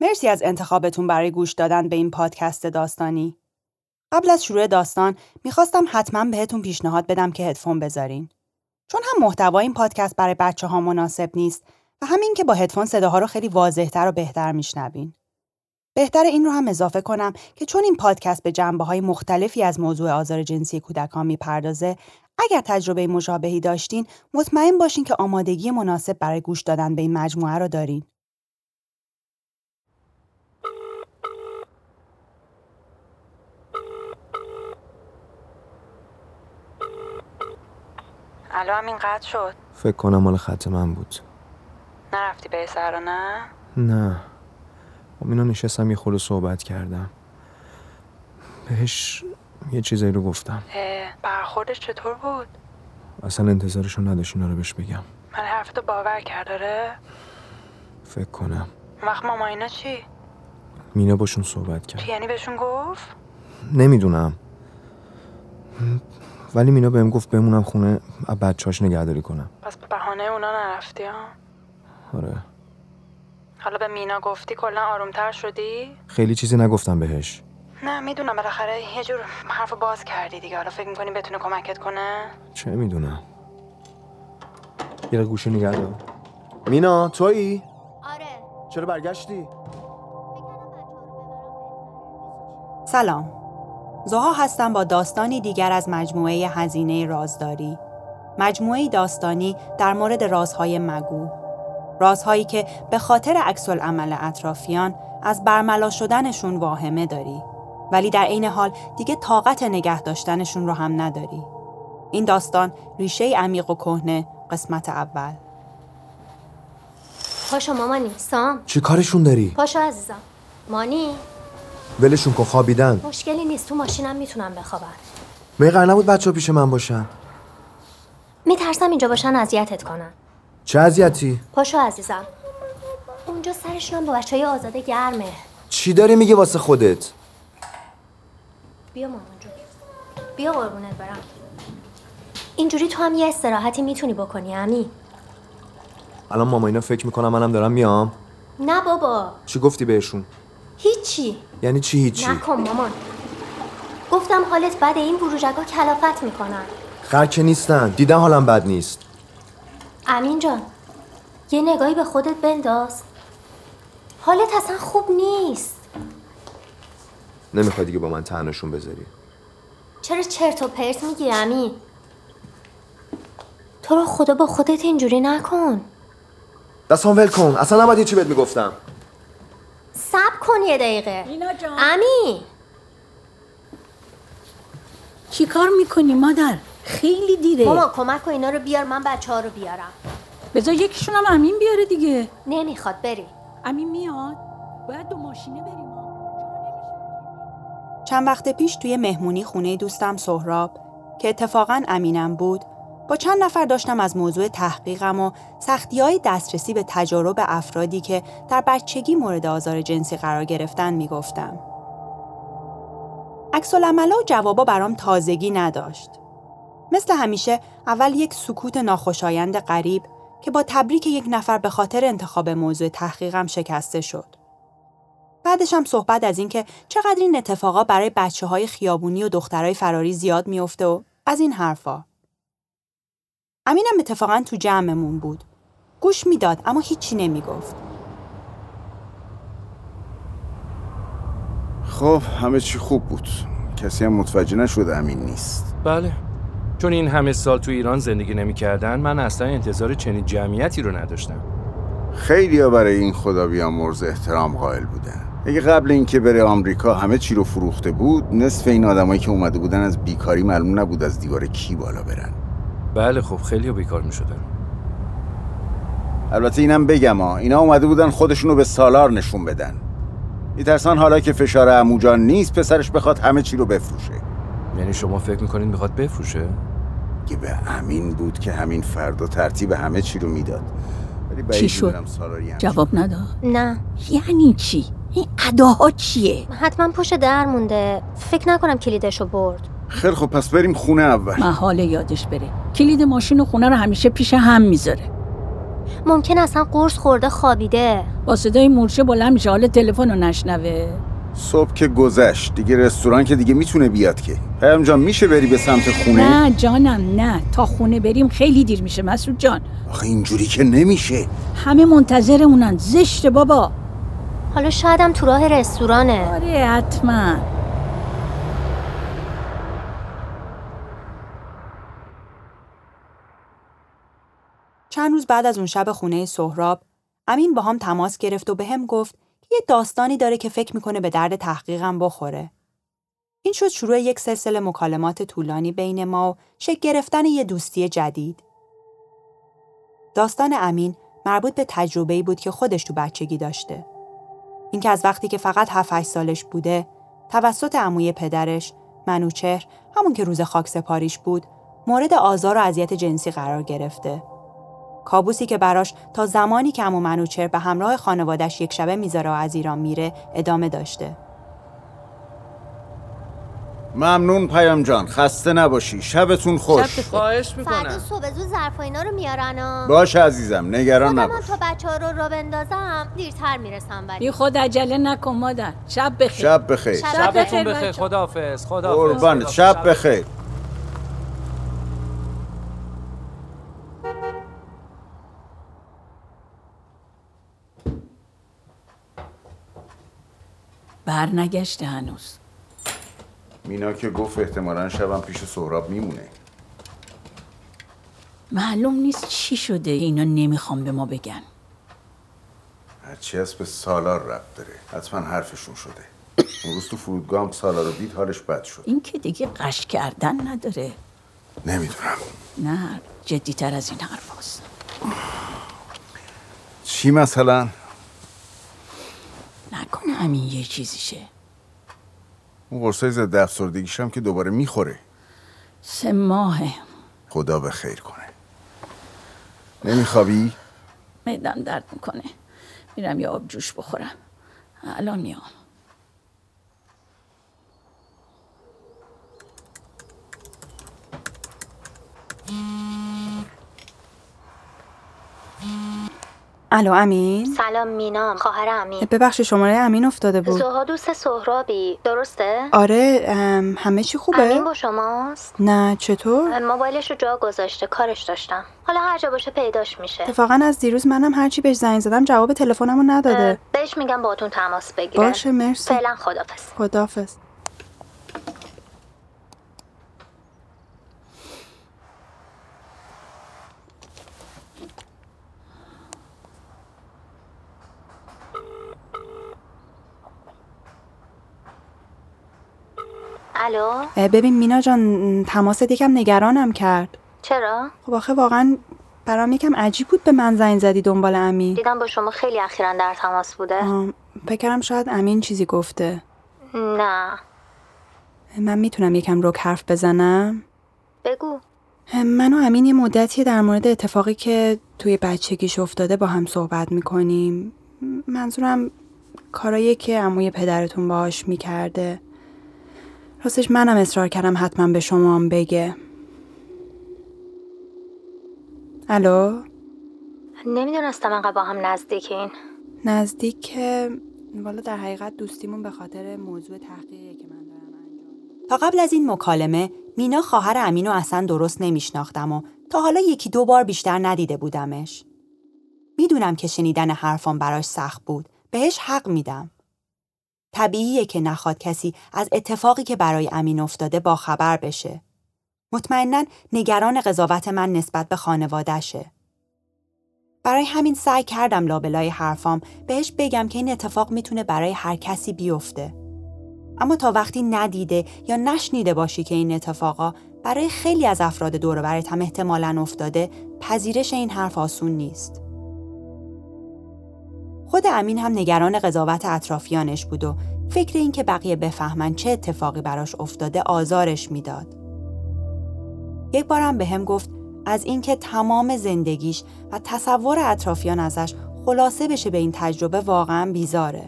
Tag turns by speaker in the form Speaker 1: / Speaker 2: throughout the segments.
Speaker 1: مرسی از انتخابتون برای گوش دادن به این پادکست داستانی. قبل از شروع داستان میخواستم حتما بهتون پیشنهاد بدم که هدفون بذارین. چون هم محتوای این پادکست برای بچه ها مناسب نیست و همین که با هدفون صداها رو خیلی واضحتر و بهتر میشنوین. بهتر این رو هم اضافه کنم که چون این پادکست به جنبه های مختلفی از موضوع آزار جنسی کودکان میپردازه اگر تجربه مشابهی داشتین مطمئن باشین که آمادگی مناسب برای گوش دادن به این مجموعه رو دارین.
Speaker 2: الو همین قد شد
Speaker 3: فکر کنم مال خط من بود
Speaker 2: نرفتی به سر نه
Speaker 3: نه با مینا نشستم یه خورده صحبت کردم بهش یه چیزایی رو گفتم
Speaker 2: اه، برخوردش چطور بود
Speaker 3: اصلا انتظارشو نداشت اینا رو بهش بگم
Speaker 2: من حرفتو باور کرد آره
Speaker 3: فکر کنم
Speaker 2: اون وقت ماما اینا چی
Speaker 3: مینا باشون صحبت
Speaker 2: تو
Speaker 3: کرد
Speaker 2: یعنی بهشون گفت
Speaker 3: نمیدونم ولی مینا بهم گفت بمونم خونه از بچه‌هاش نگهداری کنم
Speaker 2: پس به بهانه اونا نرفتی ها
Speaker 3: آره
Speaker 2: حالا به مینا گفتی کلا آرومتر شدی
Speaker 3: خیلی چیزی نگفتم بهش
Speaker 2: نه میدونم بالاخره یه جور حرف باز کردی دیگه حالا فکر میکنی بتونه کمکت کنه
Speaker 3: چه میدونم یه دقیقه گوشو نگه دار. مینا تویی
Speaker 4: آره
Speaker 3: چرا برگشتی
Speaker 1: سلام زها هستم با داستانی دیگر از مجموعه هزینه رازداری مجموعه داستانی در مورد رازهای مگو رازهایی که به خاطر عکس عمل اطرافیان از برملا شدنشون واهمه داری ولی در عین حال دیگه طاقت نگه داشتنشون رو هم نداری این داستان ریشه عمیق و کهنه قسمت اول
Speaker 4: پاشو مامانی سام
Speaker 3: چی کارشون داری
Speaker 4: پاشو عزیزم مانی
Speaker 3: ولشون کن خوابیدن
Speaker 4: مشکلی نیست تو ماشینم میتونم بخوابم
Speaker 3: مگه قرار نبود بچه پیش من باشن
Speaker 4: میترسم اینجا باشن اذیتت کنن
Speaker 3: چه اذیتی
Speaker 4: پاشو عزیزم اونجا سرشون با بچه های آزاده گرمه
Speaker 3: چی داری میگه واسه خودت
Speaker 4: بیا مامان جون بیا قربونت برم اینجوری تو هم یه استراحتی میتونی بکنی امی
Speaker 3: الان ماما اینا فکر میکنم منم دارم میام
Speaker 4: نه بابا
Speaker 3: چی گفتی بهشون
Speaker 4: هیچی
Speaker 3: یعنی چی هیچی
Speaker 4: نکن مامان گفتم حالت بده این بروژگا کلافت میکنن
Speaker 3: خر که نیستن دیدن حالم بد نیست
Speaker 4: امین جان یه نگاهی به خودت بنداز حالت اصلا خوب نیست
Speaker 3: نمیخوای دیگه با من تنشون بذاری
Speaker 4: چرا چرت و پرت میگی امین تو رو خدا با خودت اینجوری نکن
Speaker 3: دستان ول کن اصلا نباید چی بهت میگفتم
Speaker 4: صبر کن یه دقیقه
Speaker 5: مینا جان
Speaker 4: امین
Speaker 5: چی کار میکنی مادر خیلی دیره
Speaker 4: ماما کمک کن اینا رو بیار من بچه ها رو بیارم
Speaker 5: بذار یکیشون هم امین بیاره دیگه
Speaker 4: نمیخواد بری
Speaker 5: امین میاد باید دو ماشینه بریم
Speaker 1: چند وقت پیش توی مهمونی خونه دوستم سهراب که اتفاقا امینم بود با چند نفر داشتم از موضوع تحقیقم و سختی های دسترسی به تجارب افرادی که در بچگی مورد آزار جنسی قرار گرفتن میگفتم. عکس و جوابا برام تازگی نداشت. مثل همیشه اول یک سکوت ناخوشایند غریب که با تبریک یک نفر به خاطر انتخاب موضوع تحقیقم شکسته شد. بعدش هم صحبت از این که چقدر این اتفاقا برای بچه های خیابونی و دخترای فراری زیاد میفته و از این حرفا. امینم اتفاقا تو جمعمون بود. گوش میداد اما هیچی نمیگفت.
Speaker 6: خب همه چی خوب بود کسی هم متوجه نشد امین نیست
Speaker 7: بله چون این همه سال تو ایران زندگی نمیکردن من اصلا انتظار چنین جمعیتی رو نداشتم
Speaker 6: خیلی ها برای این خدا بیامرز احترام قائل بودن اگه قبل اینکه بره آمریکا همه چی رو فروخته بود نصف این آدمایی که اومده بودن از بیکاری معلوم نبود از دیوار کی بالا برن
Speaker 7: بله خب خیلی بیکار میشدن
Speaker 6: البته اینم بگم ها اینا اومده بودن خودشونو به سالار نشون بدن میترسن حالا که فشار عموجان نیست پسرش بخواد همه چی رو بفروشه
Speaker 7: یعنی شما فکر میکنین میخواد بفروشه
Speaker 6: که به امین بود که همین فردا ترتیب همه چی رو میداد ولی بعید
Speaker 5: چی شد؟
Speaker 6: می‌دونم سالاری همچین
Speaker 5: جواب نداد
Speaker 4: نه
Speaker 5: یعنی چی این اداها چیه
Speaker 4: حتما پشت در مونده فکر نکنم کلیدشو برد
Speaker 6: خیلی خب پس بریم خونه اول
Speaker 5: محاله یادش بره کلید ماشین و خونه رو همیشه پیش هم میذاره
Speaker 4: ممکن اصلا قرص خورده خوابیده
Speaker 5: با صدای مورچه بلند میشه حالا تلفن رو نشنوه
Speaker 6: صبح که گذشت دیگه رستوران که دیگه میتونه بیاد که پیام جان میشه بری به سمت خونه
Speaker 5: نه جانم نه تا خونه بریم خیلی دیر میشه مسعود جان
Speaker 6: آخه اینجوری که نمیشه
Speaker 5: همه منتظر اونن زشت بابا
Speaker 4: حالا شایدم تو راه رستورانه
Speaker 5: آره حتما
Speaker 1: چند روز بعد از اون شب خونه سهراب امین با هم تماس گرفت و به هم گفت که یه داستانی داره که فکر میکنه به درد تحقیقم بخوره. این شد شروع یک سلسله مکالمات طولانی بین ما و شکل گرفتن یه دوستی جدید. داستان امین مربوط به تجربه‌ای بود که خودش تو بچگی داشته. اینکه از وقتی که فقط 7 8 سالش بوده، توسط عموی پدرش، منوچهر، همون که روز خاک سپاریش بود، مورد آزار و اذیت جنسی قرار گرفته. کابوسی که براش تا زمانی که امو منوچر به همراه خانوادش یک شبه میذاره و از ایران میره ادامه داشته.
Speaker 6: ممنون پیام جان خسته نباشی شبتون خوش
Speaker 7: خواهش
Speaker 4: فردا صبح زود ظرفا اینا رو میارن ها
Speaker 6: باش عزیزم نگران
Speaker 4: خودم هم
Speaker 6: نباش
Speaker 4: تا بچه ها رو را بندازم دیرتر میرسم
Speaker 5: بی
Speaker 4: ولی
Speaker 5: خود عجله نکن مادر شب بخیر
Speaker 6: شب بخیر
Speaker 4: شب
Speaker 7: شبتون بخیر
Speaker 5: بچه.
Speaker 7: خداحافظ خداحافظ
Speaker 6: قربانت
Speaker 7: خداحافظ.
Speaker 6: شب بخیر
Speaker 5: برنگشته هنوز
Speaker 6: مینا که گفت احتمالا شبم پیش سهراب میمونه
Speaker 5: معلوم نیست چی شده اینا نمیخوام به ما بگن
Speaker 6: هرچی از به سالار ربط داره حتما حرفشون شده اون روز تو فرودگاه هم سالار رو دید حالش بد شد
Speaker 5: این که دیگه قش کردن نداره
Speaker 6: نمیدونم
Speaker 5: نه جدیتر از این حرف هست.
Speaker 6: چی مثلا
Speaker 5: نکنه همین یه چیزیشه
Speaker 6: اون قرصای ضد افسردگیش هم که دوباره میخوره
Speaker 5: سه ماهه
Speaker 6: خدا به خیر کنه نمیخوابی
Speaker 5: میدم درد میکنه میرم یه آب جوش بخورم الان میام
Speaker 1: الو امین؟
Speaker 4: سلام مینام خواهر امین
Speaker 1: ببخشید شماره امین افتاده بود.
Speaker 4: زها دوست سهرابی درسته؟
Speaker 1: آره ام، همه چی خوبه؟
Speaker 4: امین آره. با شماست؟
Speaker 1: نه چطور؟
Speaker 4: موبایلش رو جا گذاشته کارش داشتم حالا هر جا باشه پیداش میشه
Speaker 1: اتفاقا از دیروز منم هرچی بهش زنگ زدم جواب تلفنمو نداده.
Speaker 4: اه، بهش میگم باتون تماس بگیره
Speaker 1: باشه مرسی.
Speaker 4: فعلا خدافز
Speaker 1: خدافز.
Speaker 4: الو
Speaker 1: اه، ببین مینا جان تماست یکم نگرانم کرد.
Speaker 4: چرا
Speaker 1: خب آخه واقعا برام یکم عجیب بود به من زنگ زدی دنبال امین.
Speaker 4: دیدم با شما خیلی اخیرا در تماس بوده
Speaker 1: آم، فکر کردم شاید امین چیزی گفته.
Speaker 4: نه
Speaker 1: من میتونم یکم رک حرف بزنم؟
Speaker 4: بگو
Speaker 1: من و امین یه مدتی در مورد اتفاقی که توی بچگیش افتاده با هم صحبت میکنیم منظورم کارایی که عموی پدرتون باهاش میکرده راستش منم اصرار کردم حتما به شما هم بگه الو
Speaker 4: نمیدونستم انقدر با هم نزدیکین
Speaker 1: نزدیک والا در حقیقت دوستیمون به خاطر موضوع تحقیقی که من دارم انجام تا قبل از این مکالمه مینا خواهر امینو اصلا درست نمیشناختم و تا حالا یکی دو بار بیشتر ندیده بودمش میدونم که شنیدن حرفام براش سخت بود بهش حق میدم طبیعیه که نخواد کسی از اتفاقی که برای امین افتاده با خبر بشه مطمئنا نگران قضاوت من نسبت به خانوادهشه برای همین سعی کردم لابلای حرفام بهش بگم که این اتفاق میتونه برای هر کسی بیفته. اما تا وقتی ندیده یا نشنیده باشی که این اتفاقا برای خیلی از افراد دور و برت هم احتمالاً افتاده، پذیرش این حرف آسون نیست. خود امین هم نگران قضاوت اطرافیانش بود و فکر این که بقیه بفهمن چه اتفاقی براش افتاده آزارش میداد. یک بارم به هم گفت از اینکه تمام زندگیش و تصور اطرافیان ازش خلاصه بشه به این تجربه واقعا بیزاره.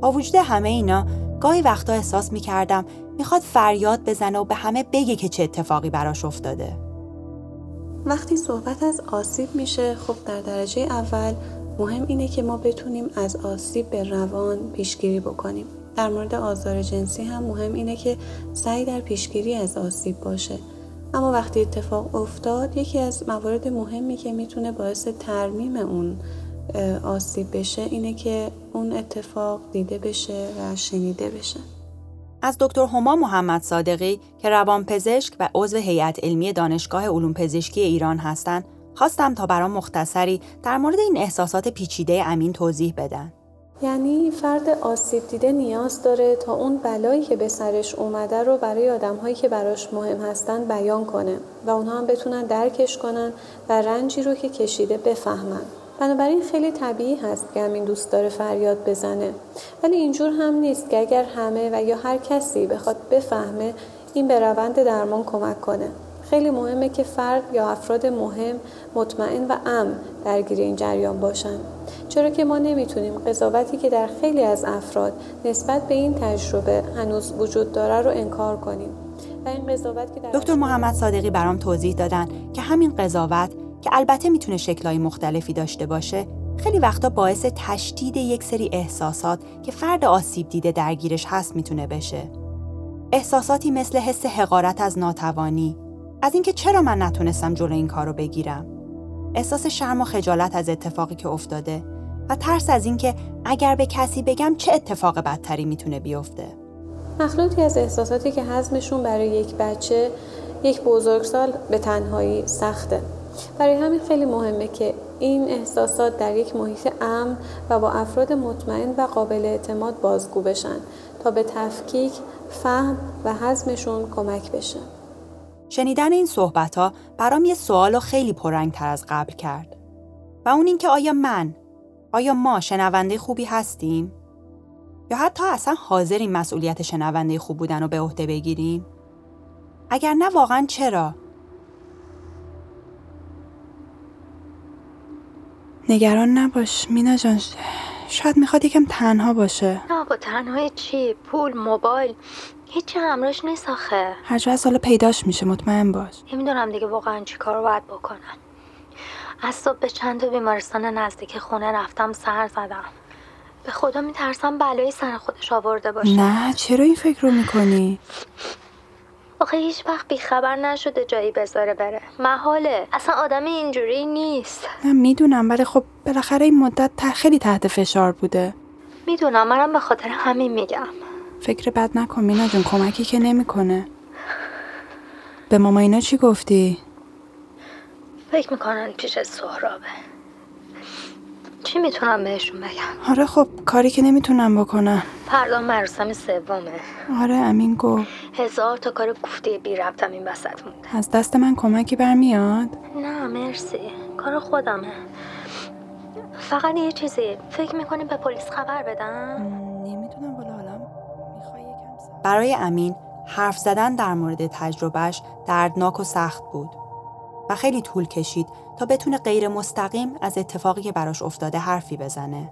Speaker 1: با وجود همه اینا گاهی وقتا احساس میکردم میخواد فریاد بزنه و به همه بگه که چه اتفاقی براش افتاده.
Speaker 8: وقتی صحبت از آسیب میشه خب در درجه اول مهم اینه که ما بتونیم از آسیب به روان پیشگیری بکنیم در مورد آزار جنسی هم مهم اینه که سعی در پیشگیری از آسیب باشه اما وقتی اتفاق افتاد یکی از موارد مهمی که میتونه باعث ترمیم اون اه، آسیب بشه اینه که اون اتفاق دیده بشه و شنیده بشه
Speaker 1: از دکتر هما محمد صادقی که روانپزشک و عضو هیئت علمی دانشگاه علوم پزشکی ایران هستند، خواستم تا برام مختصری در مورد این احساسات پیچیده امین توضیح بدن.
Speaker 8: یعنی فرد آسیب دیده نیاز داره تا اون بلایی که به سرش اومده رو برای آدمهایی که براش مهم هستن بیان کنه و اونها هم بتونن درکش کنن و رنجی رو که کشیده بفهمن بنابراین خیلی طبیعی هست که همین دوست داره فریاد بزنه ولی اینجور هم نیست که اگر همه و یا هر کسی بخواد بفهمه این به روند درمان کمک کنه خیلی مهمه که فرد یا افراد مهم مطمئن و امن درگیر این جریان باشن چرا که ما نمیتونیم قضاوتی که در خیلی از افراد نسبت به این تجربه هنوز وجود داره رو انکار کنیم و این قضاوت که در
Speaker 1: دکتر محمد صادقی برام توضیح دادن که همین قضاوت که البته میتونه شکلهای مختلفی داشته باشه خیلی وقتا باعث تشدید یک سری احساسات که فرد آسیب دیده درگیرش هست میتونه بشه احساساتی مثل حس حقارت از ناتوانی از اینکه چرا من نتونستم جلو این کار رو بگیرم احساس شرم و خجالت از اتفاقی که افتاده و ترس از اینکه اگر به کسی بگم چه اتفاق بدتری میتونه بیفته
Speaker 8: مخلوطی از احساساتی که حزمشون برای یک بچه یک بزرگسال به تنهایی سخته برای همین خیلی مهمه که این احساسات در یک محیط امن و با افراد مطمئن و قابل اعتماد بازگو بشن تا به تفکیک فهم و حزمشون کمک بشه
Speaker 1: شنیدن این صحبت ها برام یه سوال رو خیلی پررنگ تر از قبل کرد و اون اینکه آیا من آیا ما شنونده خوبی هستیم یا حتی اصلا حاضریم مسئولیت شنونده خوب بودن رو به عهده بگیریم اگر نه واقعا چرا
Speaker 9: نگران نباش مینا جان ش- شاید میخواد یکم تنها باشه
Speaker 4: نه با تنهای چی پول موبایل هیچی همراش نیست آخه
Speaker 9: هر جا از حالا پیداش میشه مطمئن باش
Speaker 4: نمیدونم دیگه واقعا چی کار باید بکنم از صبح به چند تا بیمارستان نزدیک خونه رفتم سر زدم به خدا میترسم بلایی سر خودش آورده باشه
Speaker 9: نه چرا این فکر رو میکنی
Speaker 4: آخه هیچ وقت بیخبر نشده جایی بذاره بره محاله اصلا آدم اینجوری نیست
Speaker 9: نه میدونم ولی خب بالاخره این مدت ته- خیلی تحت فشار بوده
Speaker 4: میدونم منم به خاطر همین میگم
Speaker 9: فکر بد نکن مینا جون کمکی که نمیکنه به ماما اینا چی گفتی
Speaker 4: فکر میکنن پیش سهرابه چی میتونم بهشون بگم
Speaker 9: آره خب کاری که نمیتونم بکنم
Speaker 4: فردا مراسم سومه
Speaker 9: آره امین گفت
Speaker 4: هزار تا کار کوفته بی ربطم این وسط مونده
Speaker 9: از دست من کمکی برمیاد
Speaker 4: نه مرسی کار خودمه فقط یه چیزی فکر میکنی به پلیس خبر بدم
Speaker 1: برای امین حرف زدن در مورد تجربهش دردناک و سخت بود و خیلی طول کشید تا بتونه غیر مستقیم از اتفاقی که براش افتاده حرفی بزنه.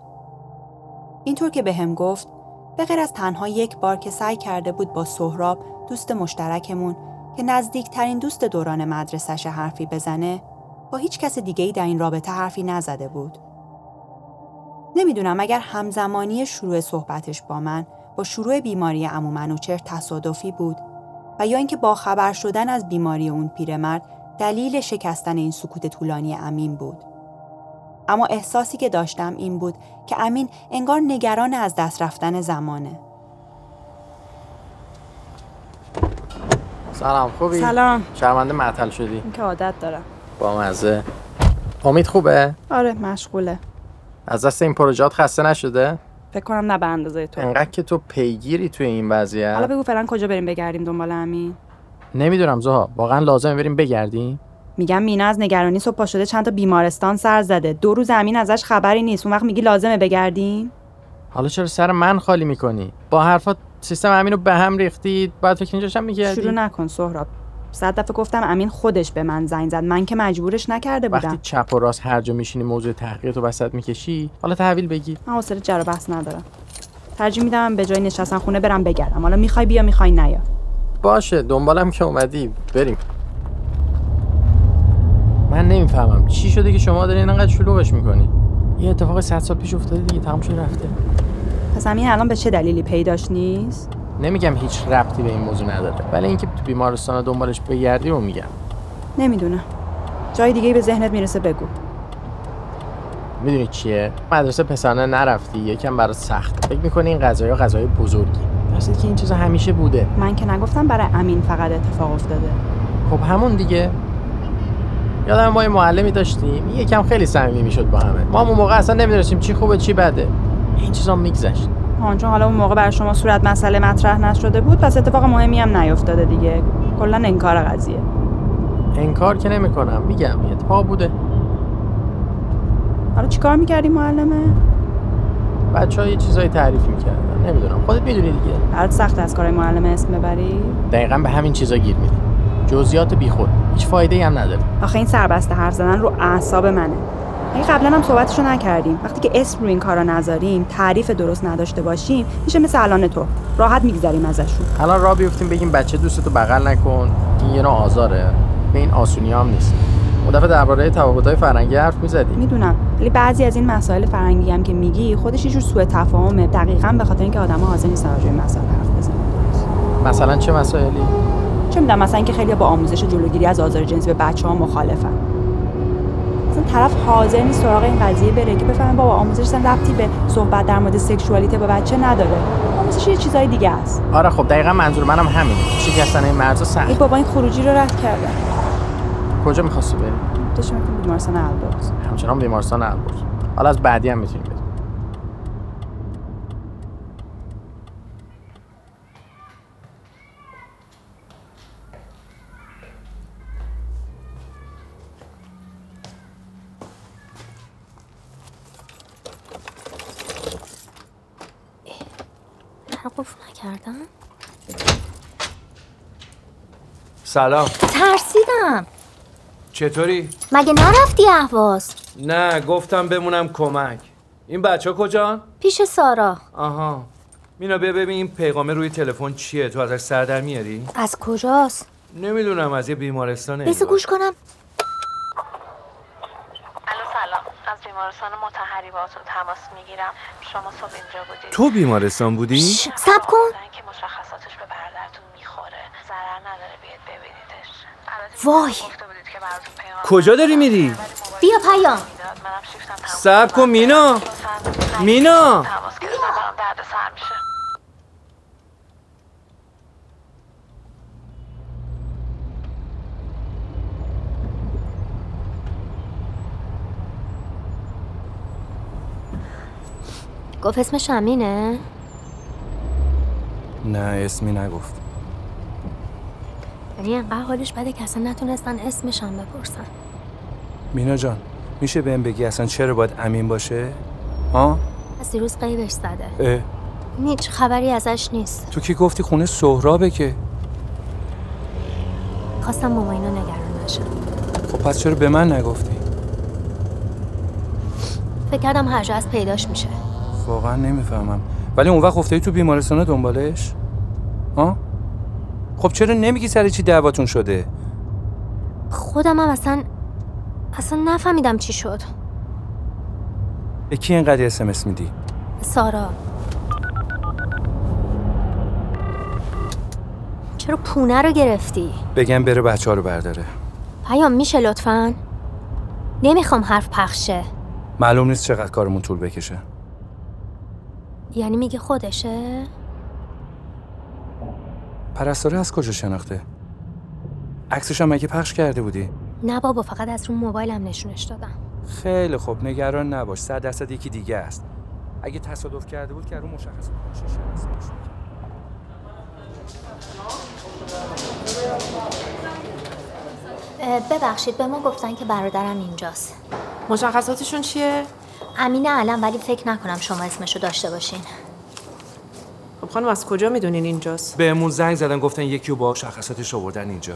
Speaker 1: اینطور که بهم گفت به غیر از تنها یک بار که سعی کرده بود با سهراب دوست مشترکمون که نزدیکترین دوست دوران مدرسهش حرفی بزنه با هیچ کس دیگه‌ای در این رابطه حرفی نزده بود. نمیدونم اگر همزمانی شروع صحبتش با من با شروع بیماری عمو منوچهر تصادفی بود و یا اینکه با خبر شدن از بیماری اون پیرمرد دلیل شکستن این سکوت طولانی امین بود. اما احساسی که داشتم این بود که امین انگار نگران از دست رفتن زمانه.
Speaker 10: سلام خوبی؟
Speaker 9: سلام.
Speaker 10: شرمنده معطل شدی
Speaker 9: این که عادت دارم
Speaker 10: با مزه امید خوبه؟
Speaker 9: آره مشغوله
Speaker 10: از دست این پروژهات خسته نشده؟
Speaker 9: فکر کنم نه به اندازه تو
Speaker 10: انقدر که تو پیگیری توی این
Speaker 9: حالا
Speaker 10: وضعیت
Speaker 9: بگو فعلا کجا بریم بگردیم دنبال امین
Speaker 10: نمیدونم زها واقعا لازمه بریم بگردیم
Speaker 9: میگم مینا از نگرانی صبح پا شده چند تا بیمارستان سر زده دو روز امین ازش خبری نیست اون وقت میگی لازمه بگردیم
Speaker 10: حالا چرا سر من خالی میکنی با حرفات سیستم امینو به هم ریختی بعد فکر اینجاش هم میکردی
Speaker 9: شروع نکن سهراب صد دفعه گفتم امین خودش به من زنگ زد من که مجبورش نکرده
Speaker 10: وقتی
Speaker 9: بودم
Speaker 10: چپ و راست هر جا میشینی موضوع تحقیق تو وسط میکشی حالا تحویل بگی
Speaker 9: من حوصله جر و بحث ندارم ترجیح میدم به جای نشستن خونه برم بگردم حالا میخوای بیا میخوای نیا
Speaker 10: باشه دنبالم که اومدی بریم من نمیفهمم چی شده که شما دارین اینقدر شلوغش میکنی یه اتفاق 100 سال پیش افتاده دیگه تمام شد رفته
Speaker 9: پس همین الان به چه دلیلی پیداش نیست
Speaker 10: نمیگم هیچ ربطی به این موضوع نداره ولی اینکه تو بیمارستان دنبالش بگردی و میگم
Speaker 9: نمیدونم جای دیگه به ذهنت میرسه بگو
Speaker 10: میدونی چیه مدرسه پسانه نرفتی یکم برات سخت فکر میکنی این غذایا غذای بزرگی درسته که این چیزا همیشه بوده
Speaker 9: من که نگفتم برای امین فقط اتفاق افتاده
Speaker 10: خب همون دیگه یادم ما یه معلمی داشتیم یکم خیلی صمیمی میشد با همه ما اون موقع اصلا نمیدونستیم چی خوبه چی بده این چیزا میگذشت
Speaker 9: آن چون حالا اون موقع برای شما صورت مسئله مطرح نشده بود پس اتفاق مهمی هم نیافتاده دیگه کلا انکار قضیه
Speaker 10: انکار که نمیکنم میگم یه اتفاق بوده
Speaker 9: حالا چیکار میکردی معلمه
Speaker 10: بچه ها یه چیزایی تعریف میکردن نمیدونم خودت میدونی دیگه
Speaker 9: برات سخت از کار معلم اسم ببری
Speaker 10: دقیقا به همین چیزا گیر میدی جزئیات بیخود هیچ فایده هم نداره
Speaker 9: آخه این سربسته حرف زدن رو اعصاب منه اگه قبلا هم صحبتشو نکردیم وقتی که اسم رو این کارا نذاریم تعریف درست نداشته باشیم میشه مثل الان تو راحت میگذریم ازشون
Speaker 10: الان راه بیفتیم بگیم بچه دوستتو بغل نکن این یه نوع آزاره به این آسونی هم نیست اون دفعه درباره تفاوت‌های فرهنگی حرف میزدی
Speaker 9: میدونم ولی بعضی از این مسائل فرهنگی هم که میگی خودش یه جور سوء تفاهمه دقیقا به خاطر اینکه آدم‌ها حاضر نیستن راجع به این مسائل حرف بزنن
Speaker 10: مثلا چه مسائلی
Speaker 9: چه میدونم مثلا اینکه خیلی با آموزش جلوگیری از آزار جنسی به بچه ها مخالفن مثلا طرف حاضر نیست سراغ این قضیه بره که بفهمه بابا آموزش اصلا ربطی به صحبت در مورد سکشوالیته با بچه نداره آموزش یه چیزای دیگه است
Speaker 10: آره خب دقیقا منظور منم همینه شکستن این مرزا
Speaker 9: ای
Speaker 10: سخت
Speaker 9: بابا این خروجی رو رد کردن
Speaker 10: کجا می‌خواستی بری
Speaker 9: داشتم می‌گفتم بیمارستان البرز
Speaker 10: همچنان بیمارستان البرز حالا از بعدی هم میتونیم بریم
Speaker 4: در قفل نکردم
Speaker 7: سلام
Speaker 4: ترسیدم
Speaker 7: چطوری؟
Speaker 4: مگه نرفتی اهواز
Speaker 7: نه گفتم بمونم کمک این بچه ها کجان؟
Speaker 4: پیش سارا
Speaker 7: آها مینا بیا ببین این پیغامه روی تلفن چیه تو ازش سر در میاری؟
Speaker 4: از کجاست
Speaker 7: نمیدونم از یه بیمارستانه
Speaker 4: بس
Speaker 7: انگار.
Speaker 4: گوش کنم
Speaker 2: الو سلام از بیمارستان متحری باهاتون تماس میگیرم شما صبح اینجا بودید
Speaker 7: تو بیمارستان بودی؟
Speaker 4: سب کن
Speaker 2: که مشخصاتش به برادرتون میخوره ضرر نداره بیاد ببینیدش البته
Speaker 4: وای
Speaker 2: گفته بودید که براتون پیغام
Speaker 7: کجا داری میری؟
Speaker 4: بیا پیام
Speaker 2: میداد منم شیفتم تموم
Speaker 7: سب کن مینا مینا
Speaker 2: تماس گرفتم برام درد سر میشه
Speaker 4: گفت اسمش امینه
Speaker 7: نه اسمی نگفت
Speaker 4: یعنی انقدر حالش بده که اصلا نتونستن اسمش هم بپرسن
Speaker 7: مینا جان میشه بهم بگی اصلا چرا باید امین باشه؟ ها؟
Speaker 4: از دیروز قیبش زده
Speaker 7: اه،
Speaker 4: هیچ خبری ازش نیست
Speaker 7: تو کی گفتی خونه سهرابه که؟
Speaker 4: خواستم ماماینا نگران نشن
Speaker 7: خب پس چرا به من نگفتی؟
Speaker 4: فکر کردم هر جا از پیداش میشه
Speaker 7: واقعا نمیفهمم ولی اون وقت افتادی تو بیمارستانه دنبالش؟ ها؟ خب چرا نمیگی سر چی دعواتون شده؟
Speaker 4: خودم هم اصلا اصلا نفهمیدم چی شد
Speaker 7: به کی اینقدر اسمس میدی؟
Speaker 4: سارا چرا پونه رو گرفتی؟
Speaker 7: بگم بره بچه ها رو برداره
Speaker 4: پیام میشه لطفا؟ نمیخوام حرف پخشه
Speaker 7: معلوم نیست چقدر کارمون طول بکشه
Speaker 4: یعنی میگه خودشه؟
Speaker 7: پرستاره از کجا شناخته؟ عکسش هم مگه پخش کرده بودی؟
Speaker 4: نه بابا فقط از رو موبایلم نشونش دادم
Speaker 7: خیلی خوب نگران نباش صد درصد یکی دیگه است اگه تصادف کرده بود که رو مشخص
Speaker 4: اه، ببخشید به ما گفتن که برادرم اینجاست
Speaker 11: مشخصاتشون چیه؟
Speaker 4: امین علم ولی فکر نکنم شما اسمشو داشته باشین
Speaker 11: خب خانم از کجا میدونین اینجاست؟
Speaker 7: بهمون زنگ زدن گفتن یکی رو با شخصاتش آوردن اینجا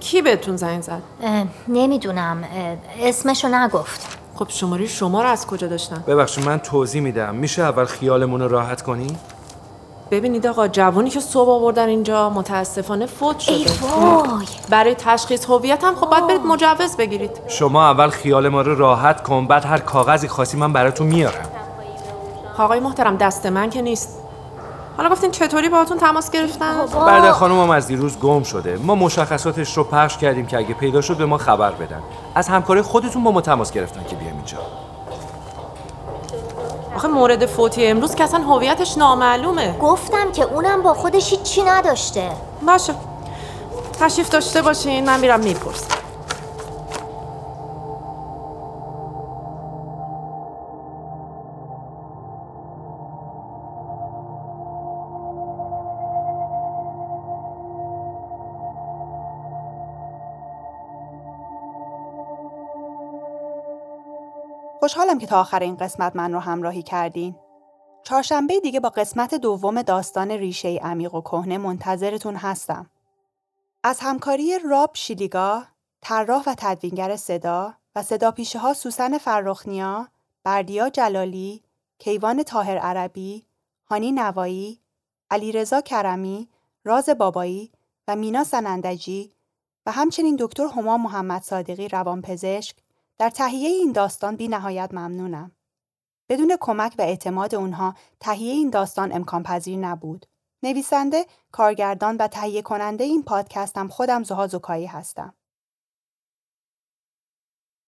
Speaker 11: کی بهتون زنگ زد؟
Speaker 4: اه، نمیدونم اه، اسمشو نگفت
Speaker 11: خب شماره شما رو از کجا داشتن؟
Speaker 7: ببخشید من توضیح میدم میشه اول خیالمون رو راحت کنی
Speaker 11: ببینید آقا جوانی که صبح آوردن اینجا متاسفانه فوت شده
Speaker 4: ای وای.
Speaker 11: برای تشخیص هویت هم خب باید برید مجوز بگیرید
Speaker 7: شما اول خیال ما رو راحت کن بعد هر کاغذی خواستی من براتون میارم
Speaker 11: آقای محترم دست من که نیست حالا گفتین چطوری باهاتون تماس گرفتن
Speaker 7: برده خانومم از دیروز گم شده ما مشخصاتش رو پخش کردیم که اگه پیدا شد به ما خبر بدن از همکاری خودتون با ما تماس گرفتن که بیام اینجا
Speaker 11: آخه مورد فوتی امروز که اصلا هویتش نامعلومه
Speaker 12: گفتم که اونم با خودش چی نداشته
Speaker 11: باشه تشریف داشته باشین من میرم میپرسم
Speaker 1: خوشحالم که تا آخر این قسمت من رو همراهی کردین. چهارشنبه دیگه با قسمت دوم داستان ریشه عمیق و کهنه منتظرتون هستم. از همکاری راب شیلیگا، طراح و تدوینگر صدا و صدا پیشه ها سوسن فرخنیا، بردیا جلالی، کیوان تاهر عربی، هانی نوایی، علیرضا کرمی، راز بابایی و مینا سنندجی و همچنین دکتر هما محمد صادقی روانپزشک در تهیه این داستان بی نهایت ممنونم. بدون کمک و اعتماد اونها تهیه این داستان امکان پذیر نبود. نویسنده، کارگردان و تهیه کننده این پادکستم خودم زها زکایی هستم.